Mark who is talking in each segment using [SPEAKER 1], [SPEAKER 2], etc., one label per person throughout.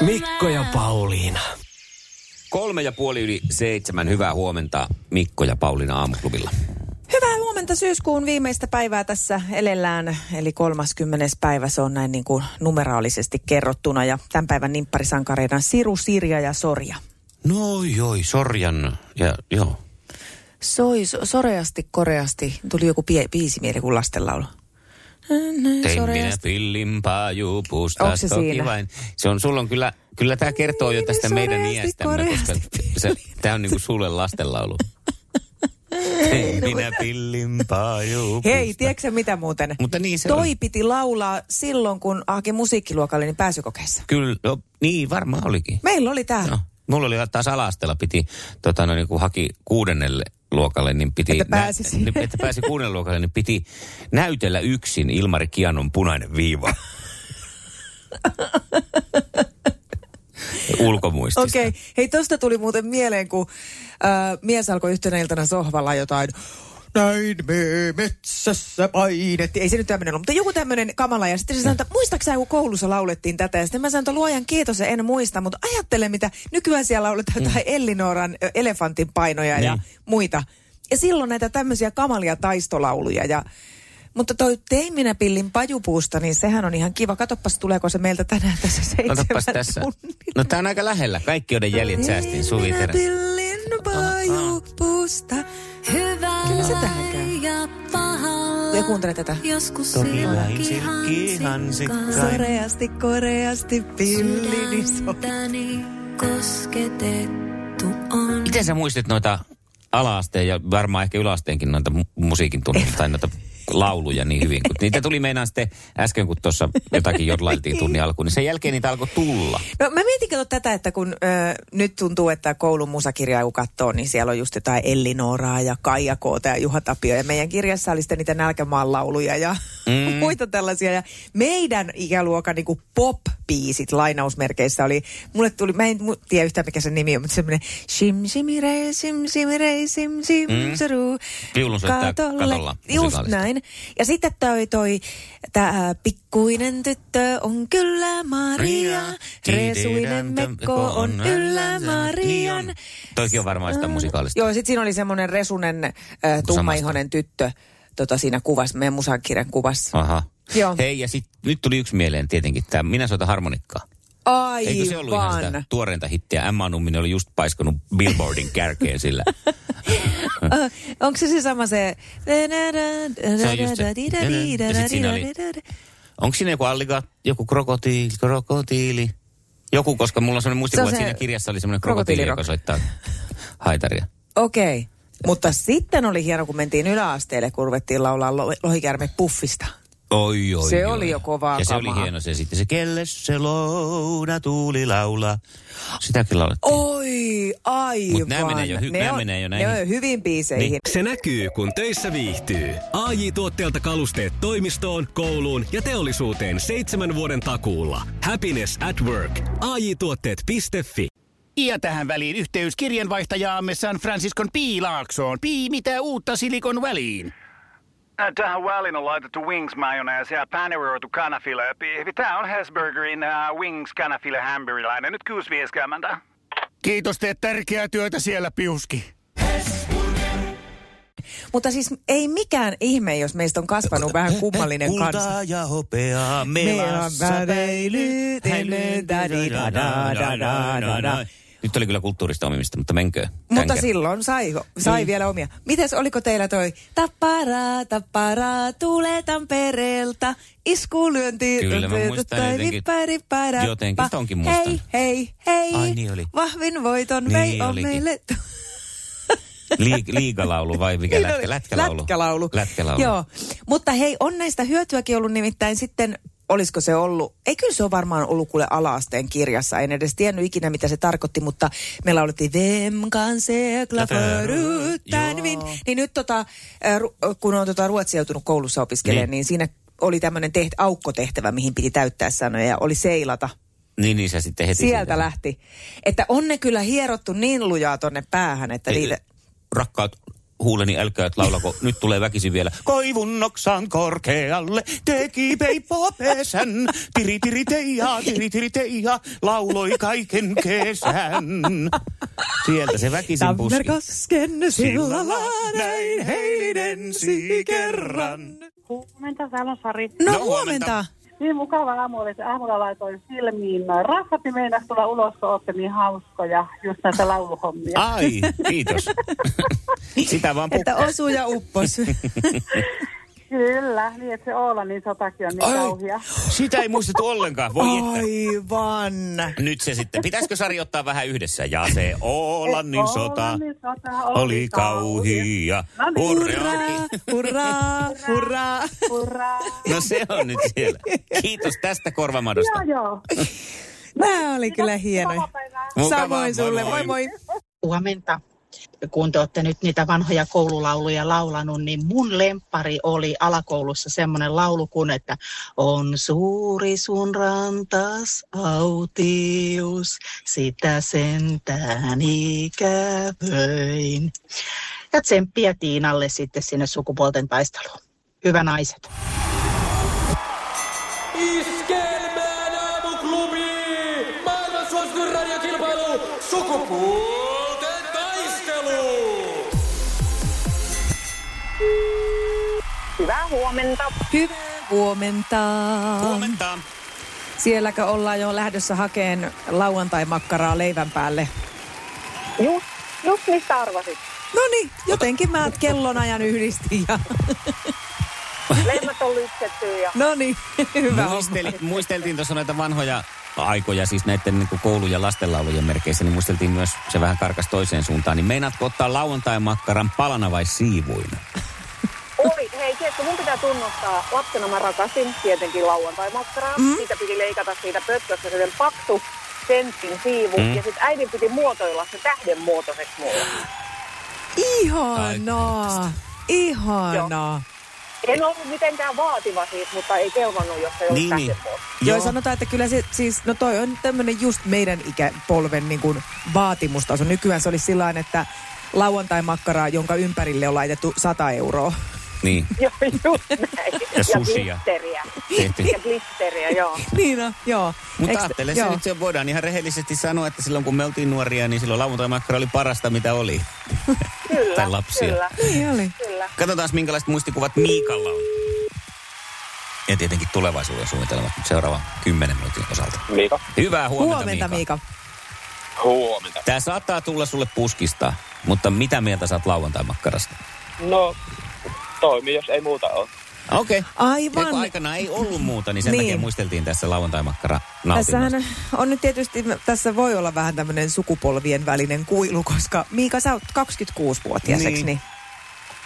[SPEAKER 1] Mikko ja Pauliina.
[SPEAKER 2] Kolme ja puoli yli seitsemän. Hyvää huomenta Mikko ja Pauliina aamuklubilla.
[SPEAKER 3] Hyvää huomenta syyskuun viimeistä päivää tässä elellään, eli 30. päivä, se on näin niin kuin numeraalisesti kerrottuna. Ja tämän päivän nimpparisankareina Siru, Sirja ja Sorja.
[SPEAKER 2] No joi, sorjan. Ja joo.
[SPEAKER 3] Soi so, soreasti, koreasti. Tuli joku pie, biisi mieli kuin lastenlaulu.
[SPEAKER 2] Tein minä pillin paajuupuusta.
[SPEAKER 3] Onko Mm, se
[SPEAKER 2] toki
[SPEAKER 3] siinä?
[SPEAKER 2] Vain. Se on, sulla on kyllä, kyllä tämä kertoo jo
[SPEAKER 3] Niin,
[SPEAKER 2] tästä meidän
[SPEAKER 3] soreasti,
[SPEAKER 2] iästämme, koska
[SPEAKER 3] koreasti
[SPEAKER 2] se, tämä on niinku sulle lastenlaulu. Tein minä pillin paajuupuusta.
[SPEAKER 3] no Hei, tiedätkö sä mitä muuten?
[SPEAKER 2] Mutta niin se
[SPEAKER 3] Toi
[SPEAKER 2] oli.
[SPEAKER 3] piti laulaa silloin, kun haki musiikkiluokalle, niin pääsykokeessa.
[SPEAKER 2] Kyllä, no, niin varmaan olikin.
[SPEAKER 3] Meillä oli tää.
[SPEAKER 2] No, mulla oli taas alastella piti, tota, no, niin kun haki kuudennelle luokalle, niin piti...
[SPEAKER 3] Että pääsisi.
[SPEAKER 2] niin, että pääsi kuudennelle luokalle, niin piti näytellä yksin Ilmari Kianon punainen viiva. Ulkomuistista.
[SPEAKER 3] Okei. Okay. Hei, tosta tuli muuten mieleen, kun äh, mies alkoi yhtenä iltana sohvalla jotain. Näin me metsässä painettiin. Ei se nyt tämmöinen ollut, mutta joku tämmöinen kamala. Ja sitten se sanoi, että
[SPEAKER 2] Äh.
[SPEAKER 3] muistaaksä, kun koulussa laulettiin tätä? Ja sitten mä sanoin, että luojan kiitos, ja en muista, mutta ajattele, mitä nykyään siellä lauletaan jotain Ellinooran ö, elefantin painoja ja
[SPEAKER 2] Mm. Niin.
[SPEAKER 3] muita. Ja silloin näitä tämmöisiä kamalia taistolauluja ja mutta toi Tein minä pillin pajupuusta, niin sehän on ihan kiva. Katoppas tuleeko se meiltä tänään tässä seitsemän
[SPEAKER 2] Otapas tässä.
[SPEAKER 3] tunnin.
[SPEAKER 2] No tää on aika lähellä. Kaikki joiden jäljet säästin Suvi
[SPEAKER 3] Minä
[SPEAKER 2] Terä.
[SPEAKER 3] pillin paajupuusta.
[SPEAKER 4] Hyvää
[SPEAKER 3] Kyllä se tähän käy.
[SPEAKER 4] ja pahaa.
[SPEAKER 3] Ja kuuntele tätä.
[SPEAKER 4] Joskus
[SPEAKER 2] Toki vain
[SPEAKER 4] silkkihan sikkain.
[SPEAKER 3] Soreasti, koreasti, pillin niin iso.
[SPEAKER 4] Sydäntäni kosketettu on.
[SPEAKER 2] Miten sä muistit noita alaasteen ja varmaan ehkä yläasteenkin noita mu- musiikin tunteita tai noita lauluja niin hyvin. Kun niitä tuli meinaan sitten äsken, kun tuossa jotakin jodlailtiin tunnin alkuun, niin sen jälkeen niitä alkoi tulla.
[SPEAKER 3] No mä mietin kato tätä, että kun ö, nyt tuntuu, että koulun musakirjaa kun katsoo, niin siellä on just jotain Ellinooraa ja Kaija Koota ja Juha Tapio. Ja meidän kirjassa oli sitten niitä nälkämaan lauluja ja mm. muita tällaisia. Ja meidän ikäluokan niin pop-biisit lainausmerkeissä oli, mulle tuli, mä en mu- tiedä yhtään mikä se nimi on, mutta semmoinen Shim shimire, shim shimire, shim shim
[SPEAKER 2] Mm.
[SPEAKER 3] suru.
[SPEAKER 2] Viulun soittaa katolla
[SPEAKER 3] Just
[SPEAKER 2] musikaalista.
[SPEAKER 3] näin. Ja sitten toi, toi tää äh, pikkuinen tyttö on kyllä Maria. Resuinen mekko on yllä
[SPEAKER 2] Niin
[SPEAKER 3] Marian. Äh,
[SPEAKER 2] on. Toikin on varmaan sitä musikaalista.
[SPEAKER 3] Joo, sit siinä oli semmoinen Resunen äh, tummaihoinen tyttö tota, siinä kuvassa, meidän musankirjan kuvassa.
[SPEAKER 2] Aha.
[SPEAKER 3] Joo.
[SPEAKER 2] Hei, ja sit, nyt tuli yksi mieleen tietenkin tämä Minä soitan harmonikkaa.
[SPEAKER 3] Aivan.
[SPEAKER 2] No, Eikö se ollut ihan sitä tuoreinta hittiä? Emma Numminen oli just paiskonut Billboardin kärkeen sillä.
[SPEAKER 3] Ö, Onko se se sama se...
[SPEAKER 2] Se on just se. Ja sit siinä oli- Onko siinä joku alliga, joku krokotiili, krokotiili? Joku, koska mulla on sellainen muistikuva,
[SPEAKER 3] Se on
[SPEAKER 2] että
[SPEAKER 3] se
[SPEAKER 2] siinä kirjassa oli semmoinen krokotiili, joka soittaa haitaria.
[SPEAKER 3] Okei. Mutta sitten oli hieno, kun mentiin yläasteelle, kun ruvettiin laulaa lo- lohikärme puffista.
[SPEAKER 2] Oi, oi,
[SPEAKER 3] Se
[SPEAKER 2] oi.
[SPEAKER 3] oli jo kovaa
[SPEAKER 2] Ja se
[SPEAKER 3] kamaa.
[SPEAKER 2] oli hieno se sitten. Se kelle se louna tuuli laulaa. Sitäkin laulettiin.
[SPEAKER 3] Oi, aivan.
[SPEAKER 2] Niin. Mut nää menee jo hy-
[SPEAKER 3] ne
[SPEAKER 2] nää
[SPEAKER 3] on,
[SPEAKER 2] menee jo
[SPEAKER 3] ne
[SPEAKER 2] näihin.
[SPEAKER 3] on hyvin biiseihin.
[SPEAKER 2] Niin.
[SPEAKER 1] Se näkyy, kun töissä viihtyy. ai tuotteelta kalusteet toimistoon, kouluun ja teollisuuteen seitsemän vuoden takuulla. Happiness at work. ai tuotteetfi
[SPEAKER 5] Ja tähän väliin yhteys kirjanvaihtajaamme San Franciscon P. Laaksoon. P. Mitä uutta Silikon väliin?
[SPEAKER 6] Ä, Äh, Tähän väliin on laitettu wings mayonnaise ja paneroitu kanafila. Tämä on Hesburgerin äh, wings kanafila hamburilainen. Nyt kuusi vieskäämäntä.
[SPEAKER 5] Kiitos, teet tärkeää työtä siellä, Piuski.
[SPEAKER 3] Mutta siis ei mikään ihme, jos meistä on kasvanut vähän kummallinen kansa.
[SPEAKER 2] Kultaa ja hopeaa melassa
[SPEAKER 3] Meillä on
[SPEAKER 2] päily,
[SPEAKER 3] väreilyt, ennen tädi, da, da, da, da, da, da.
[SPEAKER 2] Nyt oli kyllä kulttuurista omimista, mutta menkö.
[SPEAKER 3] Mutta silloin sai, sai niin. vielä omia. Mites oliko teillä toi tapparaa, tapparaa, tulee Tampereelta, iskulyönti,
[SPEAKER 2] Kyllä mä muistan jotenkin.
[SPEAKER 3] Päripäärä,
[SPEAKER 2] Jotenkin, sitä onkin muistan.
[SPEAKER 3] Hei, hei, hei,
[SPEAKER 2] Ai niin oli.
[SPEAKER 3] vahvin voiton
[SPEAKER 2] Niin
[SPEAKER 3] niin vei on
[SPEAKER 2] olikin.
[SPEAKER 3] meille.
[SPEAKER 2] Li- liigalaulu vai mikä
[SPEAKER 3] Niin oli.
[SPEAKER 2] lätkä? Lätkälaulu.
[SPEAKER 3] Lätkälaulu.
[SPEAKER 2] Lätkälaulu.
[SPEAKER 3] Joo, mutta hei, on näistä hyötyäkin ollut nimittäin sitten olisiko se ollut, ei kyllä se on varmaan ollut kuule alaasteen kirjassa, en edes tiennyt ikinä mitä se tarkoitti, mutta me laulettiin Vem kanse föruttanvin, niin nyt tota, ä, ru- kun on tota ruotsia joutunut koulussa opiskelemaan, niin,
[SPEAKER 2] Niin.
[SPEAKER 3] niin siinä oli tämmöinen teht, aukkotehtävä, mihin piti täyttää sanoja ja oli seilata.
[SPEAKER 2] Niin, niin se sitten heti...
[SPEAKER 3] Sieltä
[SPEAKER 2] siitä-
[SPEAKER 3] lähti. Että on ne kyllä hierottu niin lujaa tonne päähän, että niitä...
[SPEAKER 2] Rakkaat huuleni, älkää et laulako. Nyt tulee väkisin vielä. Koivun noksan korkealle teki peippo pesän. Tiri tiri teija, tiri tiri teija, lauloi kaiken kesän. Sieltä se väkisin puski.
[SPEAKER 3] Tammerkosken sillalla
[SPEAKER 2] näin heilinensi kerran.
[SPEAKER 7] Huomenta, täällä on Sari.
[SPEAKER 3] No,
[SPEAKER 2] No,
[SPEAKER 3] huomenta.
[SPEAKER 2] huomenta.
[SPEAKER 7] Niin mukava aamu oli, että aamulla laitoin silmiin. Raffatti meinas tulla ulos, kun ootte niin hauskoja, just näitä lauluhommia.
[SPEAKER 2] Ai, kiitos. Sitä vaan
[SPEAKER 3] Että
[SPEAKER 2] pukkas.
[SPEAKER 3] osuu ja uppos.
[SPEAKER 7] Kyllä, niin että se Oolanin sotakin on niin
[SPEAKER 2] Ai.
[SPEAKER 7] kauhia.
[SPEAKER 2] Sitä ei muistettu ollenkaan. Voi että.
[SPEAKER 3] Aivan.
[SPEAKER 2] Nyt se sitten. Pitäisikö Sari ottaa vähän yhdessä? Ja se Oolannin sota
[SPEAKER 7] Oolannin sota
[SPEAKER 2] oli kauhia.
[SPEAKER 7] No niin.
[SPEAKER 2] Hurraa!
[SPEAKER 3] hurraa, hurraa.
[SPEAKER 7] Hurraa.
[SPEAKER 2] No se on nyt siellä. Kiitos tästä korvamadosta.
[SPEAKER 7] Joo, No joo.
[SPEAKER 3] Nämä oli kyllä hienoja.
[SPEAKER 7] Mukavaa päivää.
[SPEAKER 2] Mukavaa,
[SPEAKER 3] Samoin
[SPEAKER 2] moi
[SPEAKER 3] sulle,
[SPEAKER 2] moi.
[SPEAKER 3] moi moi.
[SPEAKER 8] huomenta. Kun te olette nyt niitä vanhoja koululauluja laulanut, niin mun lempari oli alakoulussa semmoinen laulu kun, että on suuri sun rantas autius, sitä sentään ikävöin. Ja tsemppiä Tiinalle sitten sinne sukupuolten taisteluun. Hyvä naiset.
[SPEAKER 9] Iskelmään aamuklubi! Maailman suosituin radiokilpailu! Sukupuolten taistelu!
[SPEAKER 7] Hyvää huomenta.
[SPEAKER 3] Hyvää huomenta.
[SPEAKER 2] Huomenta.
[SPEAKER 3] Sielläkö ollaan jo lähdössä hakeen lauantai-makkaraa leivän päälle?
[SPEAKER 7] Just, just mistä arvasit.
[SPEAKER 3] No niin, jotenkin mä kellonajan yhdistin ja...
[SPEAKER 7] Lehmät on lypsetty ja
[SPEAKER 3] No niin, hyvä homma.
[SPEAKER 2] Muisteli, muisteltiin tuossa näitä vanhoja aikoja, siis näiden niin kuin koulu- ja lastenlaulujen merkeissä, niin muisteltiin myös, se vähän karkas toiseen suuntaan, niin meinaatko ottaa lauantai-makkaran palana vai siivuina?
[SPEAKER 7] oli. Hei, tiedätkö, mun pitää tunnustaa. Lapsena mä rakastin tietenkin lauantai-makkaraa. Mm. Siitä piti leikata siitä pötköstä sen paksu sentin siivu. Mm. Ja sitten äidin piti muotoilla se tähden muotoiseksi mulle.
[SPEAKER 3] Ihanaa. Ihanaa.
[SPEAKER 7] En ollut mitenkään vaativa siis, siitä, mutta ei kelvannut, jos ei ollut
[SPEAKER 2] Niin,
[SPEAKER 7] niin,
[SPEAKER 2] niin.
[SPEAKER 7] niin.
[SPEAKER 3] Joo. Joo, sanotaan, että kyllä se siis, no toi on tämmöinen just meidän ikäpolven niin kuin vaatimustaso. Nykyään se olisi sillä että lauantai-makkaraa, jonka ympärille on laitettu 100 euroa.
[SPEAKER 2] Niin,
[SPEAKER 7] Joo, just näin.
[SPEAKER 2] susia.
[SPEAKER 7] glitteriä.
[SPEAKER 2] tehty.
[SPEAKER 7] Ja glitteriä, joo.
[SPEAKER 3] Niina, Niin joo.
[SPEAKER 2] Mutta
[SPEAKER 3] Eiks-
[SPEAKER 2] ajattele se
[SPEAKER 3] joo.
[SPEAKER 2] nyt, se voidaan ihan rehellisesti sanoa, että silloin kun me oltiin nuoria, niin silloin lauantai-makkara oli parasta, mitä oli.
[SPEAKER 7] Kyllä,
[SPEAKER 2] Tai lapsia.
[SPEAKER 7] kyllä,
[SPEAKER 3] Niin oli.
[SPEAKER 7] kyllä.
[SPEAKER 2] Katsotaan, minkälaiset muistikuvat Miikalla on. Ja tietenkin tulevaisuuden suunnitelmat seuraavan kymmenen minuutin osalta.
[SPEAKER 9] Miika.
[SPEAKER 2] Hyvää huomenta,
[SPEAKER 3] Huomenta, Miika.
[SPEAKER 9] Huomenta.
[SPEAKER 2] Tämä saattaa tulla sulle puskista, mutta mitä mieltä saat lauantai-makkarasta?
[SPEAKER 9] No, toimi, jos ei muuta ole.
[SPEAKER 2] Okei. Okay. Ja kun
[SPEAKER 3] Aivan.
[SPEAKER 2] aikana ei ollut muuta, niin sen
[SPEAKER 3] Niin.
[SPEAKER 2] takia muisteltiin tässä lauantai-makkara
[SPEAKER 3] Tässähän on nyt tietysti, tässä voi olla vähän tämmöinen sukupolvien välinen kuilu, koska Miika, sä oot 26-vuotiaiseksi,
[SPEAKER 2] Niin.
[SPEAKER 3] niin, niin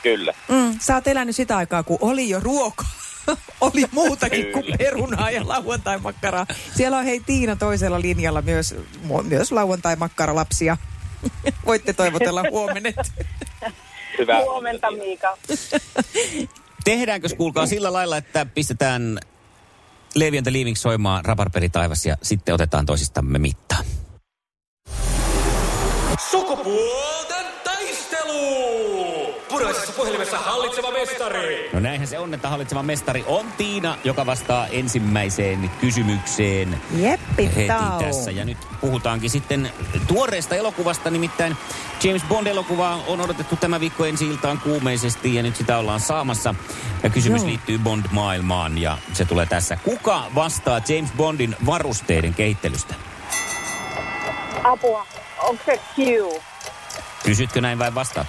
[SPEAKER 9] Kyllä.
[SPEAKER 3] mm, sä oot elänyt sitä aikaa, kun oli jo ruoka. oli muutakin kuin
[SPEAKER 9] Kyllä.
[SPEAKER 3] perunaa ja lauantai-makkaraa. Siellä on hei Tiina toisella linjalla myös, mu- myös lauantai-makkaralapsia. Voitte toivotella huomenet.
[SPEAKER 9] Hyvää
[SPEAKER 7] Huomenta, Miika.
[SPEAKER 2] Tehdäänkö kuulkaa sillä lailla, että pistetään Leevi and the Leavings soimaan raparperi taivas ja sitten otetaan toisistamme mittaa.
[SPEAKER 9] Sukupuolten taistelu! Punaisessa puhelimessa hallitseva mestari!
[SPEAKER 2] No näinhän se on, että hallitseva mestari on Tiina, joka vastaa ensimmäiseen kysymykseen
[SPEAKER 3] Jeppi
[SPEAKER 2] heti
[SPEAKER 3] tau.
[SPEAKER 2] tässä. Ja nyt puhutaankin sitten tuoreesta elokuvasta, nimittäin James Bond-elokuvaa on odotettu tämä viikko ensi iltaan kuumeisesti ja nyt sitä ollaan saamassa. Ja kysymys
[SPEAKER 3] Joo.
[SPEAKER 2] liittyy Bond-maailmaan ja se tulee tässä. Kuka vastaa James Bondin varusteiden kehittelystä?
[SPEAKER 7] Apua. Onko se Q?
[SPEAKER 2] Kysytkö näin vai vastaat?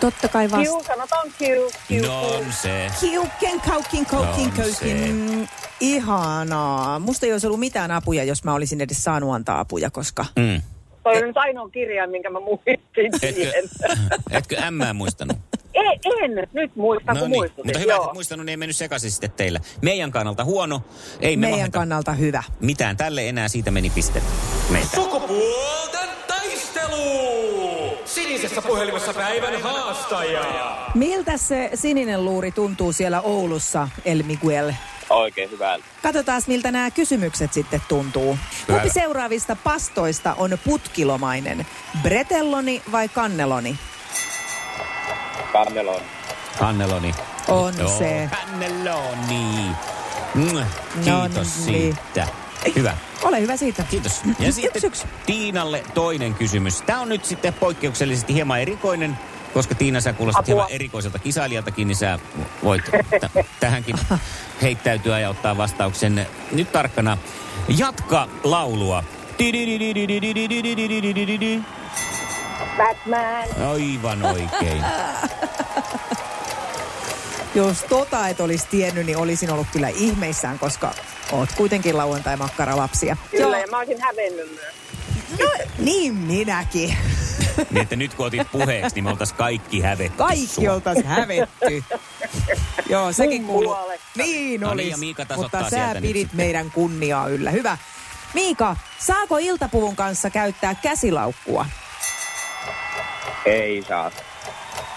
[SPEAKER 3] Totta kai vasta.
[SPEAKER 7] Q, sanotaan Q. Q,
[SPEAKER 2] No
[SPEAKER 7] Q.
[SPEAKER 2] se.
[SPEAKER 3] Kiukken, kaukin, kaukin,
[SPEAKER 2] No se.
[SPEAKER 3] kaukin. Mm, Ihanaa. Musta ei olisi ollut mitään apuja, jos mä olisin edes saanut antaa apuja, koska...
[SPEAKER 2] Mm.
[SPEAKER 7] Toi on nyt ainoa kirja, minkä mä muistin
[SPEAKER 2] Etkö,
[SPEAKER 7] siihen.
[SPEAKER 2] etkö M muistanut?
[SPEAKER 7] En Ei, en nyt muista, no
[SPEAKER 2] No
[SPEAKER 7] kun
[SPEAKER 2] niin,
[SPEAKER 7] muistutin.
[SPEAKER 2] mutta hyvä, että
[SPEAKER 7] joo.
[SPEAKER 2] muistanut, niin ei mennyt sekaisin sitten teillä. Meidän kannalta huono, ei me
[SPEAKER 3] Meidän
[SPEAKER 2] mahdeta
[SPEAKER 3] kannalta hyvä.
[SPEAKER 2] mitään tälle enää, siitä meni piste meiltä.
[SPEAKER 9] Sukupuolten taistelu! Sinisessä puhelimessa päivän haastaja.
[SPEAKER 3] Miltä se sininen luuri tuntuu siellä Oulussa, El Miguel?
[SPEAKER 9] Oikein hyvältä.
[SPEAKER 3] Katsotaan, miltä nämä kysymykset sitten tuntuu.
[SPEAKER 2] Hyvä.
[SPEAKER 3] Kumpi seuraavista pastoista on putkilomainen? Bretelloni vai kanneloni?
[SPEAKER 9] Kannelon.
[SPEAKER 2] Kanneloni.
[SPEAKER 3] On
[SPEAKER 2] Joo,
[SPEAKER 3] se.
[SPEAKER 2] Kanneloni. Mm, Kiitos
[SPEAKER 3] No niin.
[SPEAKER 2] siitä. Hyvä.
[SPEAKER 3] Ole hyvä siitä. Mm,
[SPEAKER 2] Kiitos. Ja
[SPEAKER 3] Yksi,
[SPEAKER 2] sitten
[SPEAKER 3] yksi.
[SPEAKER 2] Tiinalle toinen kysymys. Tämä on nyt sitten poikkeuksellisesti hieman erikoinen, koska Tiina sä kuulostat
[SPEAKER 7] Apua.
[SPEAKER 2] hieman erikoiselta kisailijaltakin, niin sä voit t- tähänkin heittäytyä ja ottaa vastauksen. Nyt tarkkana. Jatka laulua. Tididididididididididididididi.
[SPEAKER 7] Batman.
[SPEAKER 2] Aivan oikein.
[SPEAKER 3] Jos tota et olisi tiennyt, niin olisin ollut kyllä ihmeissään, koska oot kuitenkin lauantai-makkaralapsia.
[SPEAKER 7] Kyllä, ja mä olisin hävennyt myös.
[SPEAKER 3] No, niin minäkin.
[SPEAKER 2] Niin, että nyt kun otit puheeksi, niin me oltaisiin kaikki hävetty
[SPEAKER 3] Kaikki
[SPEAKER 2] sua.
[SPEAKER 3] oltaisiin hävetty. Joo, sekin
[SPEAKER 7] Mun
[SPEAKER 3] kuuluu.
[SPEAKER 7] puolesta.
[SPEAKER 3] Niin
[SPEAKER 2] No niin,
[SPEAKER 3] olisi,
[SPEAKER 2] ja Miika tasoittaa
[SPEAKER 3] mutta sä
[SPEAKER 2] sieltä nyt
[SPEAKER 3] pidit
[SPEAKER 2] sitten.
[SPEAKER 3] meidän kunniaa yllä. Hyvä. Miika, saako iltapuvun kanssa käyttää käsilaukkua?
[SPEAKER 9] Ei saa.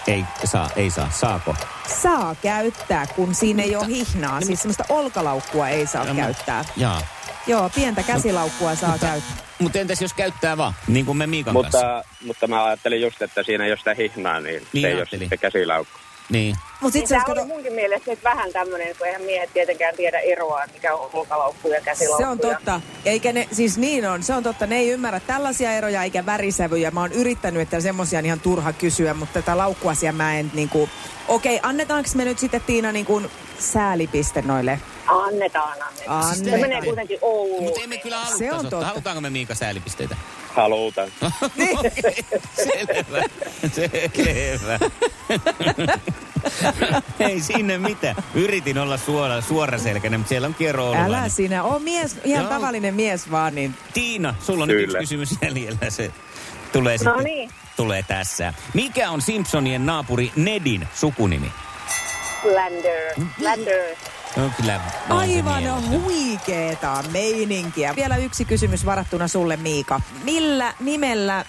[SPEAKER 2] Ei saa, ei saa. Saako?
[SPEAKER 3] Saa käyttää, kun siinä ei ole hihnaa.
[SPEAKER 2] Niin
[SPEAKER 3] Siis semmoista olkalaukkua ei saa
[SPEAKER 2] Ja mä-
[SPEAKER 3] käyttää.
[SPEAKER 2] Jaa.
[SPEAKER 3] Joo, pientä käsilaukkua saa käyttää.
[SPEAKER 2] Mutta entäs jos käyttää vaan, niin kuin me Miikan kanssa?
[SPEAKER 9] Mutta, mutta mä ajattelin just, että siinä ei ole sitä hihnaa, niin,
[SPEAKER 2] Niin
[SPEAKER 9] niin se ei ole
[SPEAKER 2] ajattelin.
[SPEAKER 9] sitten käsilaukku.
[SPEAKER 2] Niin.
[SPEAKER 3] Mutta
[SPEAKER 7] Niin
[SPEAKER 3] sitten
[SPEAKER 7] tämä
[SPEAKER 3] se,
[SPEAKER 7] oli munkin mielestä nyt vähän tämmöinen, kun eihän miehet tietenkään tiedä eroa, että mikä on ulkalaukku ja käsilaukku.
[SPEAKER 3] se on totta. Eikä ne, siis niin on, se on totta. Ne ei ymmärrä tällaisia eroja eikä värisävyjä. Mä oon yrittänyt, että semmosia on ihan turha kysyä, mutta tätä laukkuasiaa mä en niinku... Okei, annetaanko me nyt sitten Tiina niinku säälipiste noille?
[SPEAKER 7] Annetaan, annetaan.
[SPEAKER 3] Annetaan.
[SPEAKER 7] Se menee kuitenkin Ouluun.
[SPEAKER 2] Mutta emme kyllä halua
[SPEAKER 3] Se on
[SPEAKER 2] tasoittaa.
[SPEAKER 3] totta.
[SPEAKER 2] Halutaanko me Miika säälipisteitä?
[SPEAKER 9] Haluutan.
[SPEAKER 2] Niin. Selvä. Selvä. Ei sinne mitään. Yritin olla suora, suoraselkäinen, mutta siellä on kierro ollut.
[SPEAKER 3] Älä sinä, on mies, ihan
[SPEAKER 2] Joo.
[SPEAKER 3] tavallinen mies vaan, niin
[SPEAKER 2] Tiina, sulla on nyt yksi
[SPEAKER 9] Kyllä.
[SPEAKER 2] kysymys jäljellä. Se tulee
[SPEAKER 7] No
[SPEAKER 2] sitten.
[SPEAKER 7] niin.
[SPEAKER 2] Tulee tässä. Mikä on Simpsonien naapuri Nedin sukunimi?
[SPEAKER 7] Lander. Lander.
[SPEAKER 2] No kyllä. on se
[SPEAKER 3] aivan
[SPEAKER 2] mieletön.
[SPEAKER 3] huikeeta meininkiä. Vielä yksi kysymys varattuna sulle, Miika. Millä nimellä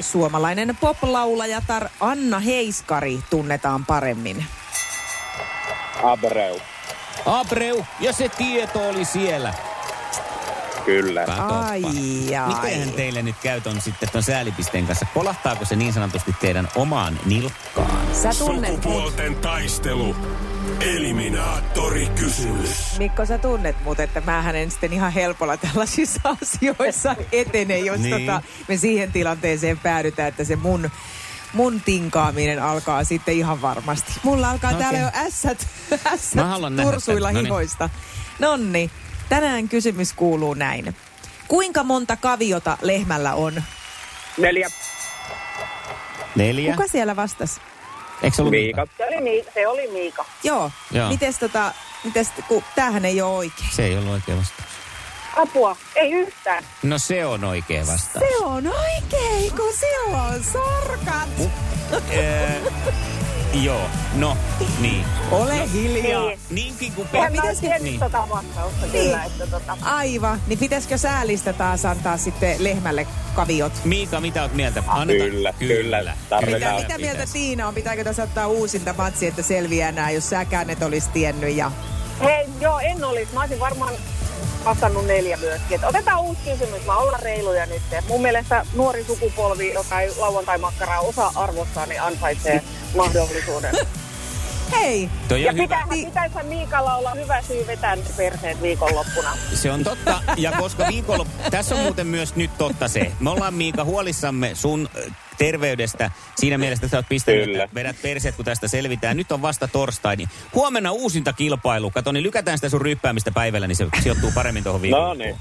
[SPEAKER 3] suomalainen poplaulajatar Anna Heiskari tunnetaan paremmin?
[SPEAKER 9] Abreu.
[SPEAKER 2] Abreu, ja se tieto oli siellä.
[SPEAKER 9] Kyllä.
[SPEAKER 2] Katoppa.
[SPEAKER 3] Ai, ai.
[SPEAKER 2] Mitenhän teille nyt käy on sitten ton säälipisteen kanssa? Kolahtaako se niin sanotusti teidän omaan nilkkaan?
[SPEAKER 3] Sä tunnet mut,
[SPEAKER 10] Sukupuolten taistelu. Eliminaattori kysymys.
[SPEAKER 3] Mikko, sä tunnet mut, että määhän en sitten ihan helpolla tällaisissa asioissa etene, jos
[SPEAKER 2] Niin.
[SPEAKER 3] niin. tota, me siihen tilanteeseen päädytään, että se mun mun tinkaaminen alkaa sitten ihan varmasti. Mulla alkaa
[SPEAKER 2] No Okei.
[SPEAKER 3] okay. täällä jo ässät, ässät
[SPEAKER 2] Mä haluan nähdä No niin.
[SPEAKER 3] tursuilla
[SPEAKER 2] tämän. Noniin.
[SPEAKER 3] hihoista. Nonni, tänään kysymys kuuluu näin. Kuinka monta kaviota lehmällä on?
[SPEAKER 9] Neljä.
[SPEAKER 2] Neljä?
[SPEAKER 3] Kuka siellä vastasi?
[SPEAKER 2] Eikö se ollut
[SPEAKER 9] Miika.
[SPEAKER 7] Se oli, Mi- se oli Miika.
[SPEAKER 3] Joo.
[SPEAKER 2] Joo.
[SPEAKER 3] Mites tota, mites, kun tämähän ei ole oikein.
[SPEAKER 2] Se ei ollut oikea vastaus.
[SPEAKER 7] Apua, ei yhtään.
[SPEAKER 2] No se on oikea vastaus.
[SPEAKER 3] Se on oikein, kun sillä on sorkat.
[SPEAKER 2] Joo, no niin.
[SPEAKER 3] Ole hiljaa.
[SPEAKER 7] Niin.
[SPEAKER 2] Niinkin kuin
[SPEAKER 7] Eihän mä
[SPEAKER 2] pe-
[SPEAKER 3] pitäis-
[SPEAKER 7] olisi tiennyt
[SPEAKER 2] niin.
[SPEAKER 7] tota vastausta kyllä, että tota...
[SPEAKER 3] Aivan, niin pitäisikö säälistä taas antaa sitten lehmälle kaviot?
[SPEAKER 2] Miika, mitä oot mieltä? Annetaan.
[SPEAKER 9] Kyllä, kyllä. Tarvitaan.
[SPEAKER 3] Mitä,
[SPEAKER 9] Kyllä,
[SPEAKER 3] mitä mieltä
[SPEAKER 2] pitäisi.
[SPEAKER 3] Tiina on? Pitääkö tässä ottaa uusinta matsi, että selviää nää, jos säkään et olisi tiennyt? Ja...
[SPEAKER 7] Hei, joo, en olisi. Mä olisin varmaan vastannut neljä myöskin. Et otetaan uusi kysymys. Mä ollaan reiluja nyt. Mun mielestä nuori sukupolvi, joka ei lauantai-makkaraa osaa arvostaa, niin ansaitsee mahdollisuuden.
[SPEAKER 3] Hei, Niin-
[SPEAKER 2] Toi
[SPEAKER 7] Ja
[SPEAKER 2] on hyvä.
[SPEAKER 7] pitäähän, pitäisihän Miikalla olla hyvä syy vetää ne perseet viikonloppuna.
[SPEAKER 2] Se on totta, ja koska viikolla... Tässä on muuten myös nyt totta se. Me ollaan, Miika, huolissamme sun äh, terveydestä. Siinä mielessä, että sä oot pistänyt,
[SPEAKER 9] Kyllä.
[SPEAKER 2] että vedät perseet, kun tästä selvitään. Nyt on vasta torstai, niin huomenna uusinta kilpailu. Kato, niin lykätään sitä sun ryppäämistä päivällä, niin se sijoittuu paremmin tuohon
[SPEAKER 9] No
[SPEAKER 2] viikolla.
[SPEAKER 9] niin.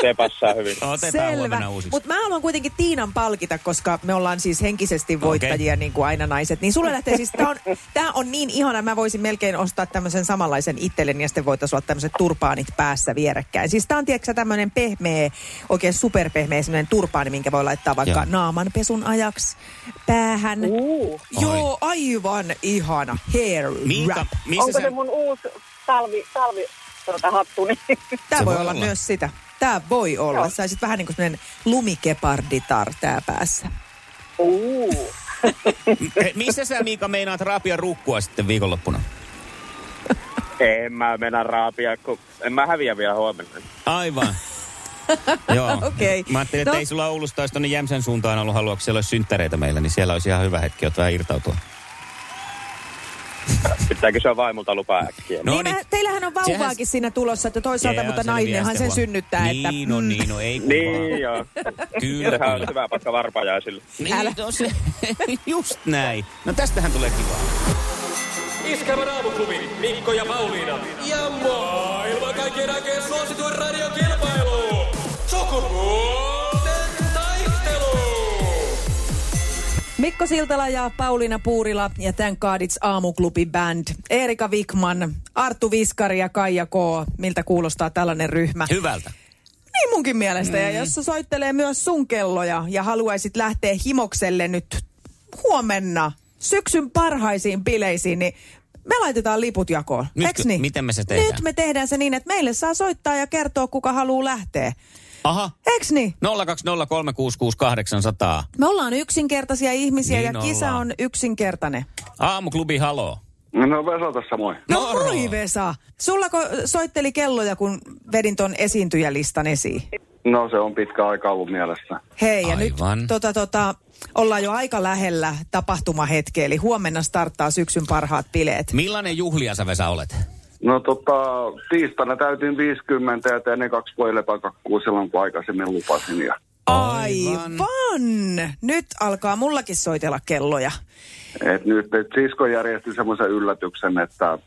[SPEAKER 9] Se passaa hyvin.
[SPEAKER 2] Otetaan huomenna uusiksi.
[SPEAKER 3] Mutta mä haluan kuitenkin Tiinan palkita, koska me ollaan siis henkisesti voittajia niin kuin aina naiset. Niin sulle lähtee siis, tää on, tää on niin ihana, mä voisin melkein ostaa tämmöisen samanlaisen itselleni ja sitten voitaisiin olla tämmöiset turpaanit päässä vierekkäin. Siis tää on tiedätkö tämmöinen pehmeä, oikein superpehmeä semmoinen turpaani, minkä voi laittaa vaikka
[SPEAKER 2] Joo.
[SPEAKER 3] naamanpesun ajaksi päähän.
[SPEAKER 7] Uu.
[SPEAKER 3] Joo, aivan ihana. Hair
[SPEAKER 2] Minkä-
[SPEAKER 3] wrap.
[SPEAKER 2] missä
[SPEAKER 7] Onko
[SPEAKER 2] sä-
[SPEAKER 7] se mun uusi talvi, talvi tuota, hattuni?
[SPEAKER 3] Tämä
[SPEAKER 2] Se
[SPEAKER 3] voi
[SPEAKER 2] voi
[SPEAKER 3] olla
[SPEAKER 2] olla.
[SPEAKER 3] myös sitä. Tämä voi olla.
[SPEAKER 7] Joo.
[SPEAKER 3] Saisit vähän niin kuin semmoinen lumikeparditar tää päässä.
[SPEAKER 7] Uu.
[SPEAKER 2] Eh, Missä sä, Miika, meinaat raapia rukkua sitten viikonloppuna?
[SPEAKER 9] En mä mennä raapia, kun en mä häviä vielä huomenna.
[SPEAKER 2] Aivan. Joo.
[SPEAKER 3] Okei.
[SPEAKER 2] Mä ajattelin, että
[SPEAKER 3] No.
[SPEAKER 2] no. ei sulla Oulusta olisi tuonne Jämsän suuntaan ollut halua, kun siellä olisi synttäreitä meillä, niin siellä olisi ihan hyvä hetki ottaa irtautua.
[SPEAKER 9] Pitää kysyä vaimolta lupaa äkkiä.
[SPEAKER 3] No niin, mä, teillähän on vauvaakin
[SPEAKER 2] Sehän-
[SPEAKER 3] siinä tulossa, että toisaalta,
[SPEAKER 2] Jaa,
[SPEAKER 3] mutta
[SPEAKER 2] se leviää
[SPEAKER 3] nainenhan
[SPEAKER 2] sitten
[SPEAKER 3] sen
[SPEAKER 2] vaan.
[SPEAKER 3] synnyttää.
[SPEAKER 2] Niin
[SPEAKER 3] että, mm.
[SPEAKER 2] on, niin on, ei
[SPEAKER 9] Niin
[SPEAKER 2] niin,
[SPEAKER 9] joo.
[SPEAKER 2] Kyllä,
[SPEAKER 9] Sehän on
[SPEAKER 2] kyllä.
[SPEAKER 9] hyvä paikka varpajaisille.
[SPEAKER 2] Niin, no se, just näin. No tästähän tulee kivaa.
[SPEAKER 10] Iskävän aamuklubi, Mikko ja Pauliina. Ja maailman kaikkien aikeen suosituen radiokilpailu. Sukupuolten taistelu.
[SPEAKER 3] Mikko Siltala ja Pauliina Puurila ja Tän Kaadits aamuklubi band. Erika Vikman, Arttu Viskari ja Kaija K. Miltä kuulostaa tällainen ryhmä?
[SPEAKER 2] Hyvältä.
[SPEAKER 3] Niin munkin mielestä. Ja jos se soittelee myös sun kelloja ja haluaisit lähteä himokselle nyt huomenna syksyn parhaisiin bileisiin, niin me laitetaan liput jakoon.
[SPEAKER 2] Nytkö?
[SPEAKER 3] Eiks niin?
[SPEAKER 2] Miten me se tehdään?
[SPEAKER 3] Nyt me tehdään se niin, että meille saa soittaa ja kertoa, kuka haluaa lähteä.
[SPEAKER 2] Aha.
[SPEAKER 3] Eiks niin?
[SPEAKER 2] 020366800.
[SPEAKER 3] Me ollaan yksinkertaisia ihmisiä
[SPEAKER 2] Niin
[SPEAKER 3] ja kisa
[SPEAKER 2] ollaan.
[SPEAKER 3] on yksinkertainen.
[SPEAKER 2] Aamuklubi, haloo.
[SPEAKER 9] No Vesa tässä moi.
[SPEAKER 3] No
[SPEAKER 2] Moro.
[SPEAKER 3] moi Vesa! Sullako soitteli kelloja, kun vedin ton esiintyjälistan esiin?
[SPEAKER 9] No se on pitkä aika ollut mielessä.
[SPEAKER 3] Hei, ja
[SPEAKER 2] Aivan.
[SPEAKER 3] nyt tota, tota, ollaan jo aika lähellä tapahtumahetkeä, eli huomenna starttaa syksyn parhaat bileet.
[SPEAKER 2] Millainen juhlija sä, Vesa, olet?
[SPEAKER 9] No tota, tiistaina täytin 50 ja tein ne kaksi voi lepäkakkuu silloin, kun aikaisemmin lupasin. Ja
[SPEAKER 2] Aivan.
[SPEAKER 3] Aivan! Nyt alkaa mullakin soitella kelloja.
[SPEAKER 9] et nyt et sisko järjesti semmoisen yllätyksen, että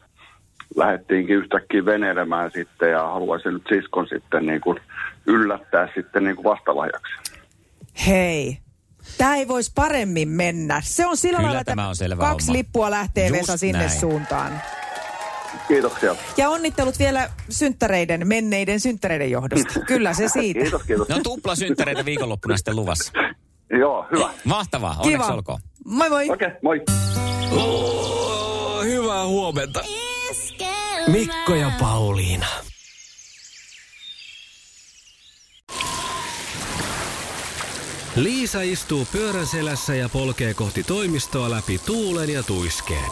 [SPEAKER 9] lähdettiinkin yhtäkkiä veneilemään sitten ja haluaisin nyt siskon sitten niin kuin yllättää sitten niin kuin vastalahjaksi.
[SPEAKER 3] Hei, tämä ei voisi paremmin mennä. Se on sillä
[SPEAKER 2] Kyllä
[SPEAKER 3] lailla, että
[SPEAKER 2] tämä on selvä
[SPEAKER 3] kaksi
[SPEAKER 2] homma.
[SPEAKER 3] lippua lähtee
[SPEAKER 2] Just
[SPEAKER 3] Vesa sinne
[SPEAKER 2] näin.
[SPEAKER 3] suuntaan.
[SPEAKER 9] Kiitoksia.
[SPEAKER 3] Ja onnittelut vielä synttäreiden, menneiden synttäreiden johdosta. Kyllä se siitä.
[SPEAKER 9] Kiitos, kiitos.
[SPEAKER 2] No tupla synttäreitä viikonloppuna sitten luvassa.
[SPEAKER 9] Joo, hyvä.
[SPEAKER 2] Mahtavaa, onneksi
[SPEAKER 3] Kiva.
[SPEAKER 2] olkoon.
[SPEAKER 3] Moi moi.
[SPEAKER 9] Okei, okay, moi.
[SPEAKER 1] Oh, hyvää huomenta. Mikko ja Pauliina. Liisa istuu pyörän selässä ja polkee kohti toimistoa läpi tuulen ja tuiskeen.